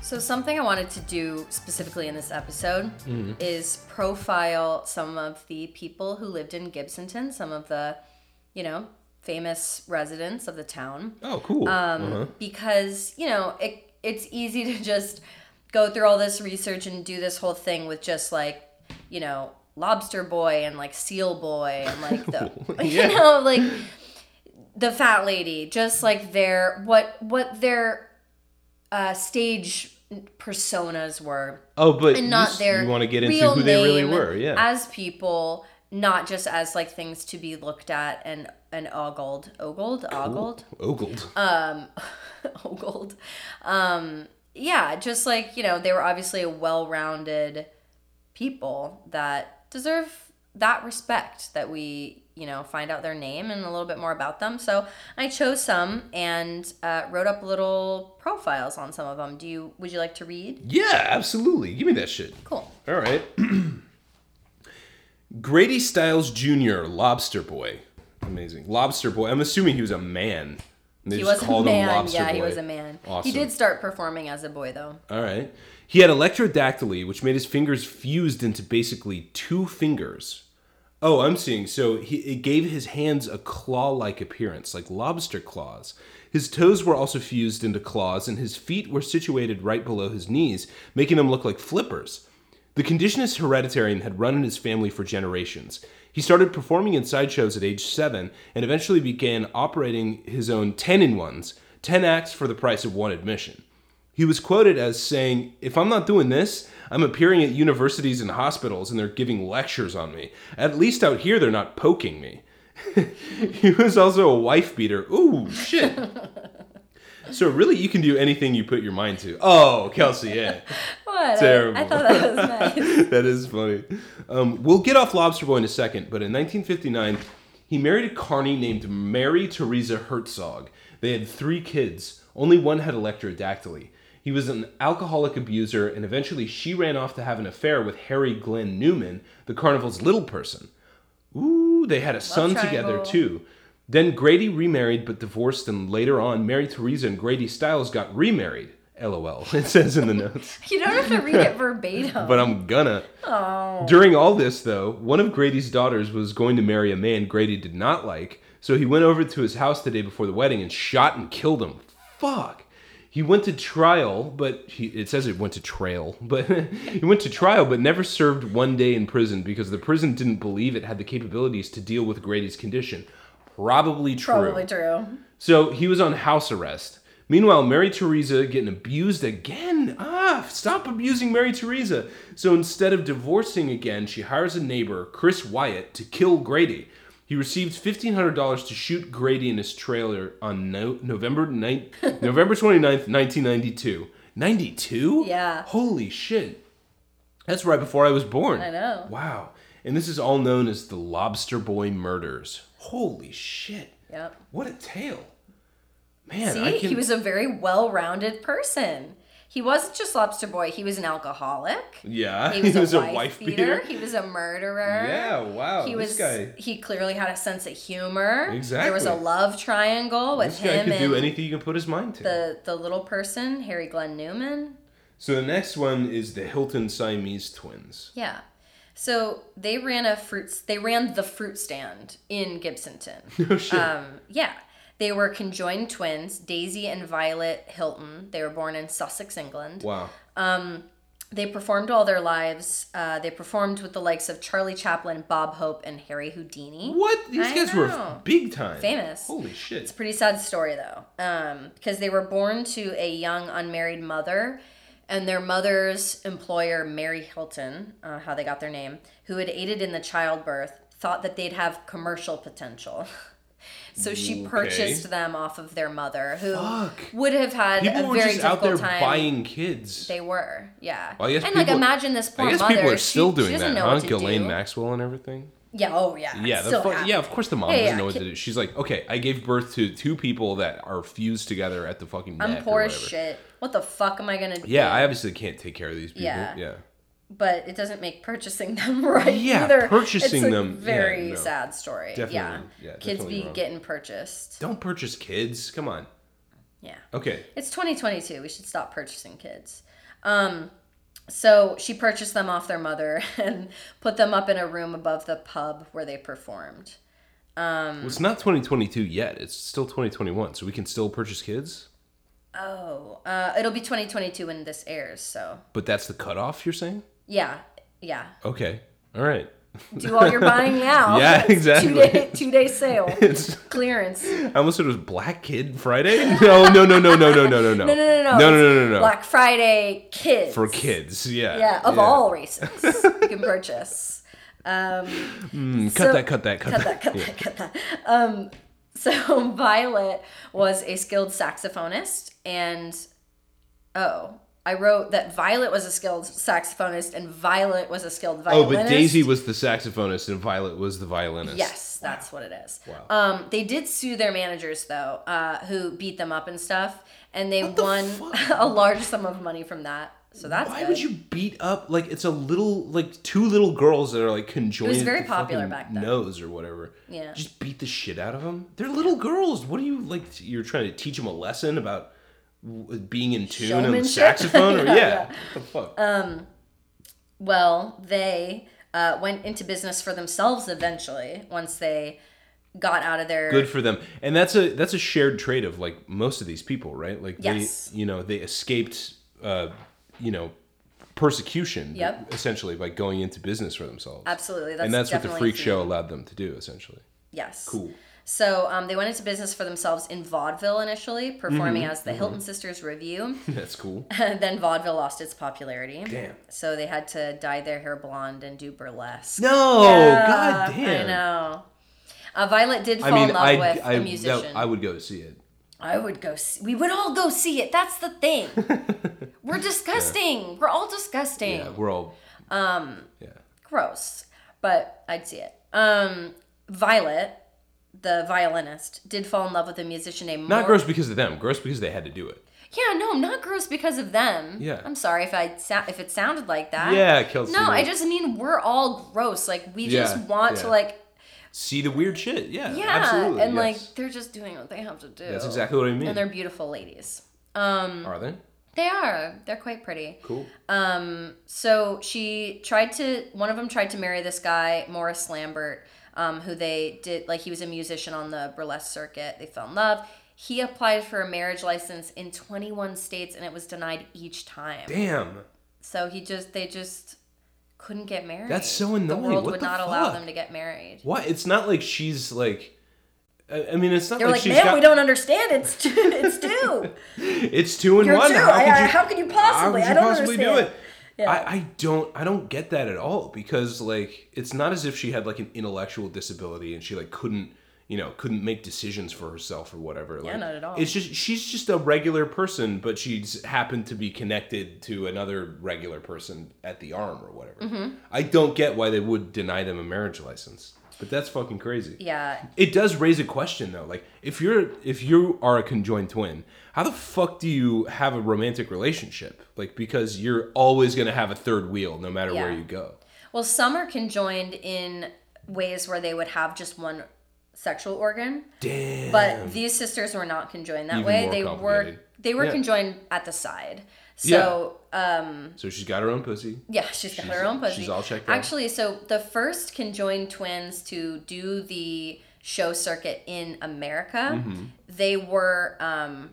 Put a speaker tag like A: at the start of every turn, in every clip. A: So, something I wanted to do specifically in this episode is profile some of the people who lived in Gibsonton, some of the, you know, famous residents of the town.
B: Oh, cool.
A: Um, Because, you know, it, it's easy to just go through all this research and do this whole thing with just like, you know, lobster boy and like seal boy and like the,
B: Yeah.
A: you know, like the fat lady, just like their, what, what their uh, stage personas were
B: oh, but
A: and
B: you
A: not
B: s-
A: their
B: you want to get into
A: real
B: who they really
A: name
B: were, yeah.
A: as people, not just as like things to be looked at and and ogled, ogled, ogled,
B: Ogled.
A: Uh, ogled. Oh, Um, yeah, just like you know, they were obviously a well-rounded people that deserve that respect that we you know find out their name and a little bit more about them. So I chose some and uh, wrote up little profiles on some of them. Do you? Would you like to read?
B: yeah, absolutely. Give me that shit.
A: Cool.
B: All right. Grady Styles Jr., Lobster Boy. Amazing. Lobster Boy. I'm assuming he was a man. They
A: He
B: just
A: was a
B: called him
A: man.
B: Lobster
A: Yeah, he
B: Boy.
A: was a man.
B: Awesome.
A: He did start performing as a boy though.
B: All right. He had electrodactyly, which made his fingers fused into basically two fingers. Oh, I'm seeing. So he, it gave his hands a claw like appearance, like lobster claws. His toes were also fused into claws, and his feet were situated right below his knees, making them look like flippers. The condition is hereditary and had run in his family for generations. He started performing in sideshows at age seven and eventually began operating his own 10 in ones, 10 acts for the price of one admission. He was quoted as saying, If I'm not doing this, I'm appearing at universities and hospitals and they're giving lectures on me. At least out here, they're not poking me. he was also a wife beater. Ooh, shit. so, really, you can do anything you put your mind to. Oh, Kelsey, yeah.
A: What?
B: Terrible.
A: I, I thought that was nice.
B: that is funny. Um, we'll get off Lobster Boy in a second, but in 1959, he married a carny named Mary Teresa Herzog. They had three kids. Only one had electrodactyly. He was an alcoholic abuser, and eventually she ran off to have an affair with Harry Glenn Newman, the carnival's little person. Ooh, they had a son together
A: triangle.
B: too. Then Grady remarried but divorced, and later on, Mary Teresa and Grady Styles got remarried. LOL, it says in the notes
A: You don't have to read it verbatim.
B: but I'm gonna. During all this, though, one of Grady's daughters was going to marry a man Grady did not like, so he went over to his house the day before the wedding and shot and killed him. Fuck. He went to trial, but he, it says it went to trail, but he went to trial, but never served one day in prison because the prison didn't believe it had the capabilities to deal with Grady's condition. Probably true.
A: Probably true.
B: So he was on house arrest. Meanwhile, Mary Teresa getting abused again. Ah, stop abusing Mary Teresa. So instead of divorcing again, she hires a neighbor, Chris Wyatt, to kill Grady. He received $1,500 to shoot Grady in his trailer on no- November 9- November 29th, 1992. 92?
A: Yeah.
B: Holy shit. That's right before I was born.
A: I know.
B: Wow. And this is all known as the Lobster Boy Murders. Holy shit.
A: Yep.
B: What a tale. Man, I
A: See,
B: can...
A: he was a very well-rounded person. He wasn't just lobster boy. He was an alcoholic.
B: Yeah,
A: He was, a, wife, beater. He was a murderer.
B: Yeah, wow.
A: He
B: this
A: was.
B: guy.
A: He clearly had a sense of humor. There was
B: Exactly.
A: a love triangle with
B: This guy
A: him
B: could do
A: and
B: anything you can put his mind to.
A: the the little person, Harry Glenn Newman.
B: So the next one is the Hilton Siamese twins.
A: Yeah. So they ran a fruit. They ran the fruit stand in Gibsonton.
B: No shit.
A: um, yeah. They were conjoined twins, Daisy and Violet Hilton. They were born in Sussex, England.
B: wow.
A: They performed all their lives. Uh, they performed with the likes of Charlie Chaplin, Bob Hope, and Harry Houdini.
B: What? These
A: I
B: guys were
A: know.
B: big time.
A: Famous.
B: Holy shit.
A: It's a pretty sad story though, um, because they were born to a young unmarried mother, and their mother's employer, Mary Hilton, uh, how they got their name, who had aided in the childbirth, thought that they'd have commercial potential. So she
B: Okay.
A: purchased them off of their mother, who
B: Fuck.
A: would have had
B: People
A: a
B: were
A: very
B: just
A: difficult
B: out there
A: time.
B: buying kids.
A: They were, yeah.
B: Well, I guess
A: and like
B: people-
A: imagine this poor
B: I guess
A: mother.
B: people are
A: she-
B: still
A: she
B: doing
A: doesn't
B: that,
A: know what to
B: huh? Ghislaine
A: do.
B: Maxwell and everything.
A: Yeah. Oh yeah.
B: Yeah, the
A: Still
B: fu-
A: happened.
B: yeah. Of course, the mom
A: Yeah,
B: doesn't
A: yeah,
B: know what to
A: ki-
B: do. She's like, okay, I gave birth to two people that are fused together at the fucking.
A: I'm
B: neck or
A: poor as
B: whatever.
A: shit. What the fuck am I gonna do?
B: Yeah, I obviously can't take care of these people. Yeah.
A: Yeah.
B: Yeah.
A: but it doesn't make purchasing them right
B: Yeah,
A: either.
B: purchasing
A: it's a
B: them- yeah,
A: Very
B: no.
A: sad story.
B: Definitely.
A: Yeah.
B: Yeah,
A: Kids
B: definitely
A: be
B: wrong.
A: getting purchased.
B: Don't purchase kids. Come on.
A: Yeah.
B: Okay.
A: It's 2022. We should stop purchasing kids. Um, so she purchased them off their mother and put them up in a room above the pub where they performed.
B: Well, it's not 2022 yet. It's still 2021, so we can still purchase kids.
A: Oh, uh, it'll be 2022 when this airs. So
B: But that's the cutoff. You're saying?
A: yeah, yeah.
B: Okay. All right.
A: Do all your buying now.
B: Yeah,
A: It's
B: exactly.
A: Two day, two day sale
B: It's,
A: clearance.
B: I almost said it was Black Kid Friday. No, no, no, no, no, no, no, no, no, no,
A: No, no, no, no.
B: no, no,
A: it's
B: no, no, no.
A: Black Friday kids
B: for kids. Yeah.
A: Yeah, of all races you can purchase. Um,
B: Mm, cut
A: So-
B: that. Cut that. Cut,
A: cut that, cut that, cut that. Um, so Violet was a skilled saxophonist, and oh, I wrote that Violet was a skilled saxophonist, and Violet was a skilled
B: Oh,
A: violinist.
B: but Daisy was the saxophonist and Violet was the violinist.
A: Yes, that's what it is. Um, they did sue their managers though, uh, who beat them up and stuff, and they won a large sum of money from that. So that's
B: Why
A: good.
B: would you beat up like it's a little like two little girls that are like conjoined?
A: It was very
B: at the fucking
A: popular back then.
B: Nose or whatever.
A: Yeah.
B: Just beat the shit out of them. They're little girls. What are you like? You're trying to teach them a lesson about w- being in tune and the
A: Showmanship? Um,
B: saxophone, or yeah, What the fuck?
A: Well, they uh, went into business for themselves eventually once they got out of their.
B: Good for them. And that's a that's a shared trait of like most of these people, right? Like
A: Yes.
B: they, you know, they escaped, uh, you know, persecution
A: Yep.
B: essentially by going into business for themselves.
A: Absolutely, that's
B: and that's what the
A: definitely
B: freak
A: a
B: show allowed them to do essentially.
A: Yes.
B: Cool.
A: So um, they went into business for themselves in vaudeville initially, performing
B: Mm-hmm.
A: as the Hilton Sisters Review.
B: That's cool.
A: then vaudeville lost its popularity.
B: Damn.
A: So they had to dye their hair blonde and do burlesque.
B: No,
A: Yeah,
B: god damn.
A: I know. Uh, Violet did fall
B: I mean,
A: in love
B: I,
A: with
B: I,
A: a
B: that-
A: musician.
B: I would go to see it.
A: I would go. See, we would all go see it. That's the thing. We're disgusting. We're all disgusting.
B: Yeah, we're all. Um. Yeah.
A: Gross. But I'd see it. Um, Violet, the violinist, did fall in love with a musician named.
B: Not
A: Mor-
B: gross because of them. Gross because they had to do it.
A: Yeah, no, not gross because of them.
B: Yeah.
A: I'm sorry if I sa- if it sounded like that.
B: Yeah, Kelsey.
A: No, I just mean we're all gross. Like we just
B: Yeah,
A: want to
B: yeah.
A: like
B: see the weird shit. Yeah.
A: yeah,
B: Absolutely.
A: and
B: yes.
A: like they're just doing what they have to do.
B: that's exactly what I mean.
A: And they're beautiful ladies.
B: Are they?
A: They are. They're quite pretty.
B: Cool.
A: So she tried to. One of them tried to marry this guy, Morris Lambert, um, who they did like he was a musician on the burlesque circuit. They fell in love. He applied for a marriage license in 21 states and it was denied each time.
B: Damn.
A: So he just they just couldn't get married.
B: That's so
A: The
B: annoying.
A: world
B: What
A: would
B: the
A: not allow
B: fuck?
A: them to get married.
B: What? It's not like she's like. I I mean, it's not
A: They're
B: like,
A: like,
B: she's
A: man,
B: got.
A: we don't understand. It's two. It's two.
B: It's two and
A: You're
B: one.
A: two.
B: How
A: I-
B: could
A: I-
B: you?
A: how could you possibly? I
B: How could you
A: don't
B: possibly do
A: understand.
B: it? I, I don't I don't get that at all because like it's not as if she had like an intellectual disability and she like couldn't you know couldn't make decisions for herself or whatever. Like,
A: not at all.
B: It's just she's just a regular person, but she's happened to be connected to another regular person at the arm or whatever.
A: Mm-hmm.
B: I don't get why they would deny them a marriage license, but that's fucking crazy.
A: Yeah.
B: It does raise a question though. Like if you're if you are a conjoined twin, how the fuck do you have a romantic relationship? Like because you're always going to have a third wheel no matter where
A: Yeah.
B: you go.
A: Well, some are conjoined in ways where they would have just one sexual organ,
B: Damn.
A: but these sisters were not conjoined that
B: Even
A: way.
B: more
A: They were
B: complicated.
A: they were
B: Yeah.
A: conjoined at the side. So uh,
B: so she's got her own pussy.
A: Yeah, she's got her own pussy.
B: she's all checked out.
A: Actually, so the first conjoined twins to do the show circuit in America,
B: Mm-hmm.
A: they were um,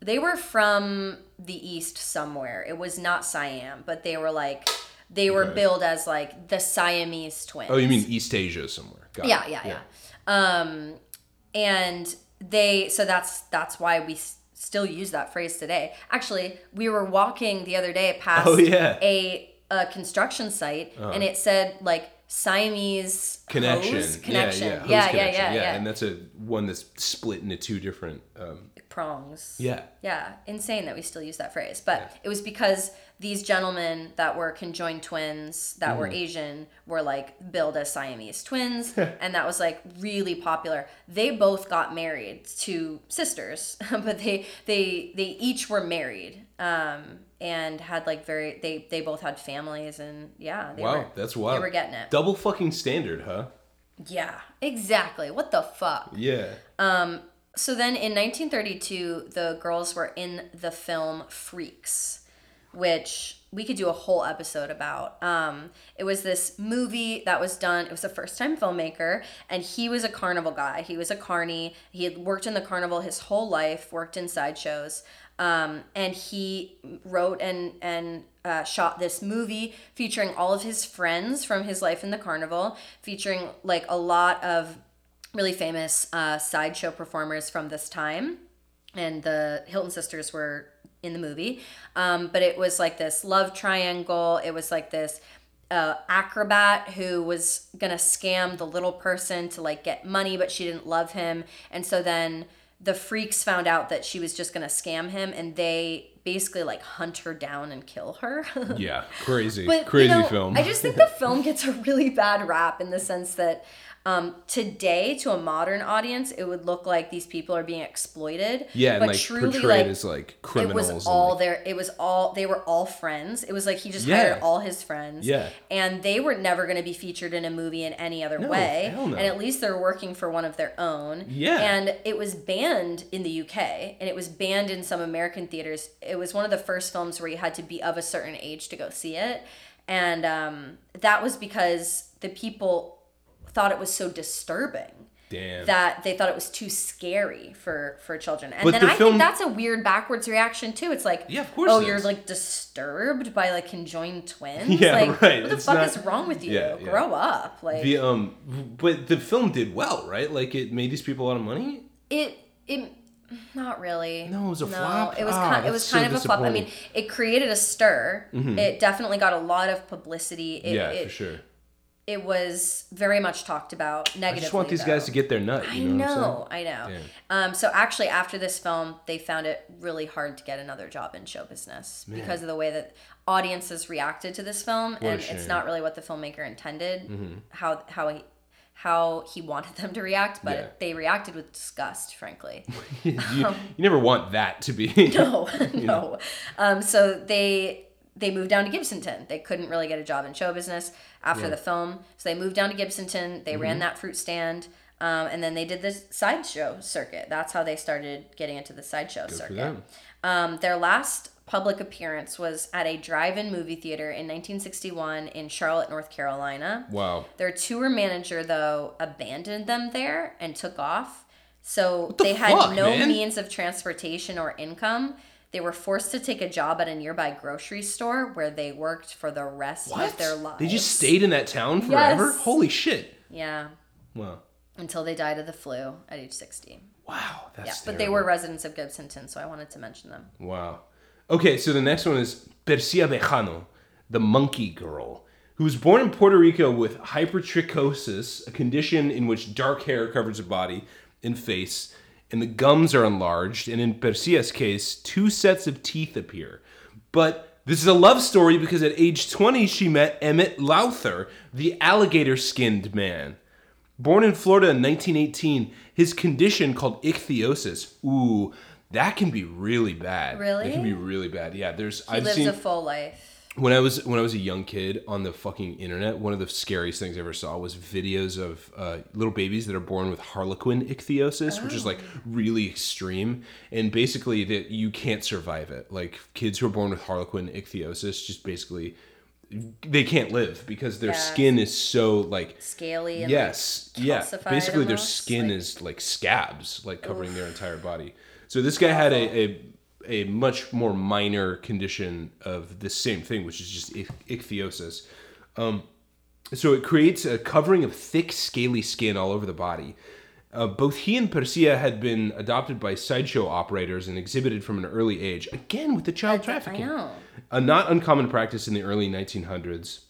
A: they were from the east somewhere. It was not Siam, but they were like they were
B: Okay.
A: billed as like the Siamese twins.
B: Oh, you mean East Asia somewhere. Got it.
A: Yeah, yeah, yeah. Um, and they so that's that's why we s- still use that phrase today. Actually, we were walking the other day past
B: Oh, yeah. Uh-huh.
A: a a construction site, and it said like Siamese
B: Connection.
A: hose?
B: Yeah,
A: connection,
B: yeah.
A: yeah,
B: hose
A: yeah, yeah,
B: connection.
A: yeah,
B: And that's a one that's split into two different um
A: prongs.
B: yeah.
A: Yeah, insane that we still use that phrase. But it was because these gentlemen that were conjoined twins that
B: Mm.
A: were Asian were like billed as Siamese twins, and that was like really popular. They both got married to sisters, but they they they each were married um, and had like very they they both had families and yeah they
B: Wow,
A: were
B: that's wild.
A: they were getting it.
B: Double fucking standard, huh?
A: yeah exactly what the fuck
B: Yeah.
A: so then in 1932, the girls were in the film Freaks, which we could do a whole episode about. Um, it was this movie that was done, it was a first time filmmaker, and he was a carnival guy. He was a carny. He had worked in the carnival his whole life, worked in sideshows. Um, and he wrote and, and uh, shot this movie featuring all of his friends from his life in the carnival, featuring like a lot of really famous uh, sideshow performers from this time. And the Hilton sisters were in the movie. Um, but it was like this love triangle. It was like this uh, acrobat who was gonna scam the little person to like get money, but she didn't love him. And so then the freaks found out that she was just gonna scam him, and they basically like hunt her down and kill her.
B: Yeah, crazy,
A: But, you
B: crazy
A: know,
B: film.
A: I just think the film gets a really bad rap in the sense that um, today, to a modern audience, it would look like these people are being exploited.
B: yeah, and
A: but
B: like
A: truly,
B: portrayed
A: like,
B: as like
A: it
B: criminals.
A: was all
B: and, like,
A: their it was all they were all friends it was like he just
B: Yeah.
A: hired all his friends
B: Yeah.
A: and they were never going to be featured in a movie in any other
B: No,
A: way
B: hell no.
A: and at least they're working for one of their own
B: Yeah.
A: and it was banned in the uk and it was banned in some american theaters it was one of the first films where you had to be of a certain age to go see it and um, that was because the people thought it was so disturbing
B: damn.
A: that they thought it was too scary for for children. And
B: But
A: then
B: the
A: I
B: film-
A: think that's a weird backwards reaction too. It's like,
B: Yeah, of course
A: oh,
B: it
A: you're
B: is.
A: like disturbed by like conjoined twins.
B: Yeah,
A: like,
B: right.
A: What the
B: It's
A: fuck
B: not-
A: is wrong with you?
B: Yeah, yeah.
A: Grow up. Like
B: the um, but the film did well, right? Like it made these people a lot of money.
A: it it not really
B: No, it was a flop?
A: it was
B: Ah,
A: kind, it
B: that's
A: was
B: so
A: kind of a flop i mean
B: disappointing. Mm-hmm.
A: it created a stir it definitely got a lot of publicity it,
B: yeah,
A: it,
B: for sure.
A: it was very much talked about
B: I
A: negatively
B: just want these
A: though.
B: guys to get their nut.
A: I
B: You know, What I'm saying?
A: know, I know. Um, so actually, after this film, they found it really hard to get another job in show business because of the way that audiences reacted to this film,
B: a
A: and
B: shame. Mm-hmm.
A: it's not really what the filmmaker intended. How how he how he wanted them to react, but
B: Yeah.
A: they reacted with disgust, frankly.
B: you, you never want that to be.
A: Um, no, no. Um, so they they moved down to Gibsonton. They couldn't really get a job in show business after the film, so they moved down to Gibsonton. They
B: Mm-hmm.
A: ran that fruit stand, um, and then they did the sideshow circuit. That's how they started getting into the sideshow
B: for
A: circuit.
B: them.
A: Um, their last public appearance was at a drive-in movie theater in 1961 in Charlotte, North Carolina.
B: Wow.
A: Their tour manager, though, abandoned them there and took off. So
B: the
A: they had
B: fuck,
A: no
B: man?
A: means of transportation or income. They were forced to take a job at a nearby grocery store where they worked for the rest
B: What?
A: of their lives.
B: They just stayed in that town forever?
A: Yes.
B: Holy shit.
A: Yeah,
B: Wow.
A: until they died of the flu at age 60. Yeah,
B: Wow. That's
A: but they
B: terrible.
A: were residents of Gibsonton, so I wanted to mention them.
B: Wow. Okay, so the next one is Persia Vejano, the monkey girl, who was born in Puerto Rico with hypertrichosis, a condition in which dark hair covers her body and face, and the gums are enlarged. And in Persia's case, two sets of teeth appear. But this is a love story because at age 20, she met Emmett Lowther, the alligator skinned man. Born in Florida in 1918, his condition called ichthyosis. Ooh, that can be really bad.
A: Really?
B: It can be really bad. Yeah, there's
A: He
B: I've
A: lives
B: seen
A: a full life.
B: when I was when I was a young kid on the fucking internet, one of the scariest things I ever saw was videos of uh, little babies that are born with harlequin ichthyosis, which is like
A: Oh.
B: really extreme, and basically that you can't survive it. Like kids who are born with harlequin ichthyosis, just basically they can't live because their
A: Yeah.
B: skin is so like
A: Scaly and
B: yes yeah
A: calcified
B: basically their
A: almost,
B: skin is like scabs like covering their entire body so this guy had a, a a much more minor condition of the same thing which is just ich- ichthyosis um so it creates a covering of thick scaly skin all over the body uh, both he and Persia had been adopted by sideshow operators and exhibited from an early age, again with the child
A: I
B: trafficking
A: know.
B: a not uncommon practice in the early 1900s.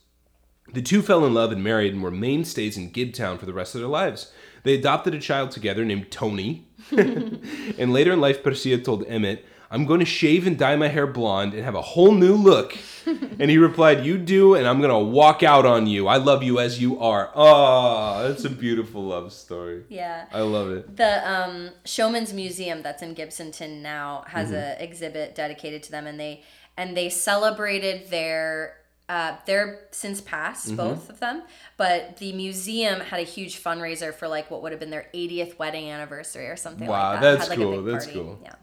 B: The two fell in love and married and were mainstays in Gibtown for the rest of their lives. They adopted a child together named Tony. and later in life, Persia told Emmett, I'm going to shave and dye my hair blonde and have a whole new look. and he replied, You do, and I'm going to walk out on you. I love you as you are. Ah, that's a beautiful love story.
A: Yeah.
B: I love it.
A: the um, Showman's Museum that's in Gibsonton now has
B: Mm-hmm.
A: a exhibit dedicated to them, and they and they celebrated their uh, their since past
B: Mm-hmm.
A: both of them, but the museum had a huge fundraiser for like what would have been their 80th wedding anniversary or something
B: Wow,
A: like that.
B: that's
A: Had, like, a
B: cool,
A: big
B: that's cool.
A: Yeah.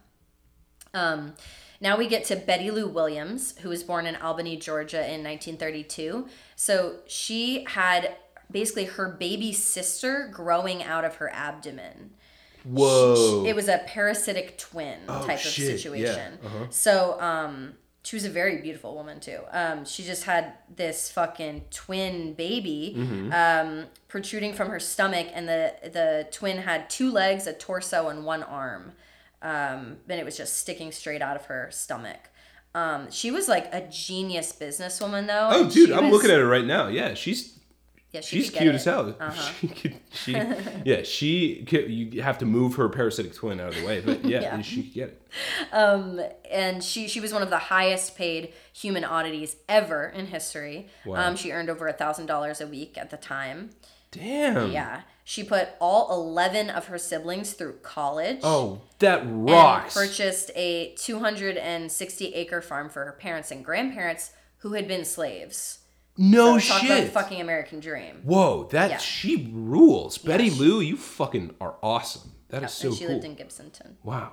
A: Um, Now we get to Betty Lou Williams, who was born in Albany, Georgia in 1932. So she had basically her baby sister growing out of her abdomen.
B: Whoa.
A: It was a parasitic twin type
B: Oh, shit, yeah, Uh-huh.
A: of situation. So um, she was a very beautiful woman too. Um, she just had this fucking twin baby
B: Mm-hmm.
A: um, protruding from her stomach, and the the twin had two legs, a torso, and one arm. Um, and it was just sticking straight out of her stomach. Um, she was like a genius businesswoman, though.
B: oh,
A: and
B: dude,
A: she
B: I'm
A: was-
B: looking at her right now. Yeah, she's
A: Yeah, she
B: she's
A: could get
B: cute
A: it. Uh-huh.
B: as hell. She could, she, yeah, she. Could, you have to move her parasitic twin out of the way, but yeah,
A: Yeah.
B: she could get it.
A: and she she was one of the highest paid human oddities ever in history. Um, she earned over a thousand dollars a week at the time.
B: Damn.
A: Yeah, she put all eleven of her siblings through college.
B: Oh, that
A: and
B: rocks.
A: Purchased a two hundred and sixty acre farm for her parents and grandparents who had been slaves.
B: no
A: Talk about the
B: Oh, shit.
A: fucking American dream.
B: Whoa, that
A: Yeah.
B: she rules. Betty Lou, you fucking are awesome. That is so
A: and she
B: cool.
A: lived in Gibsonton.
B: wow.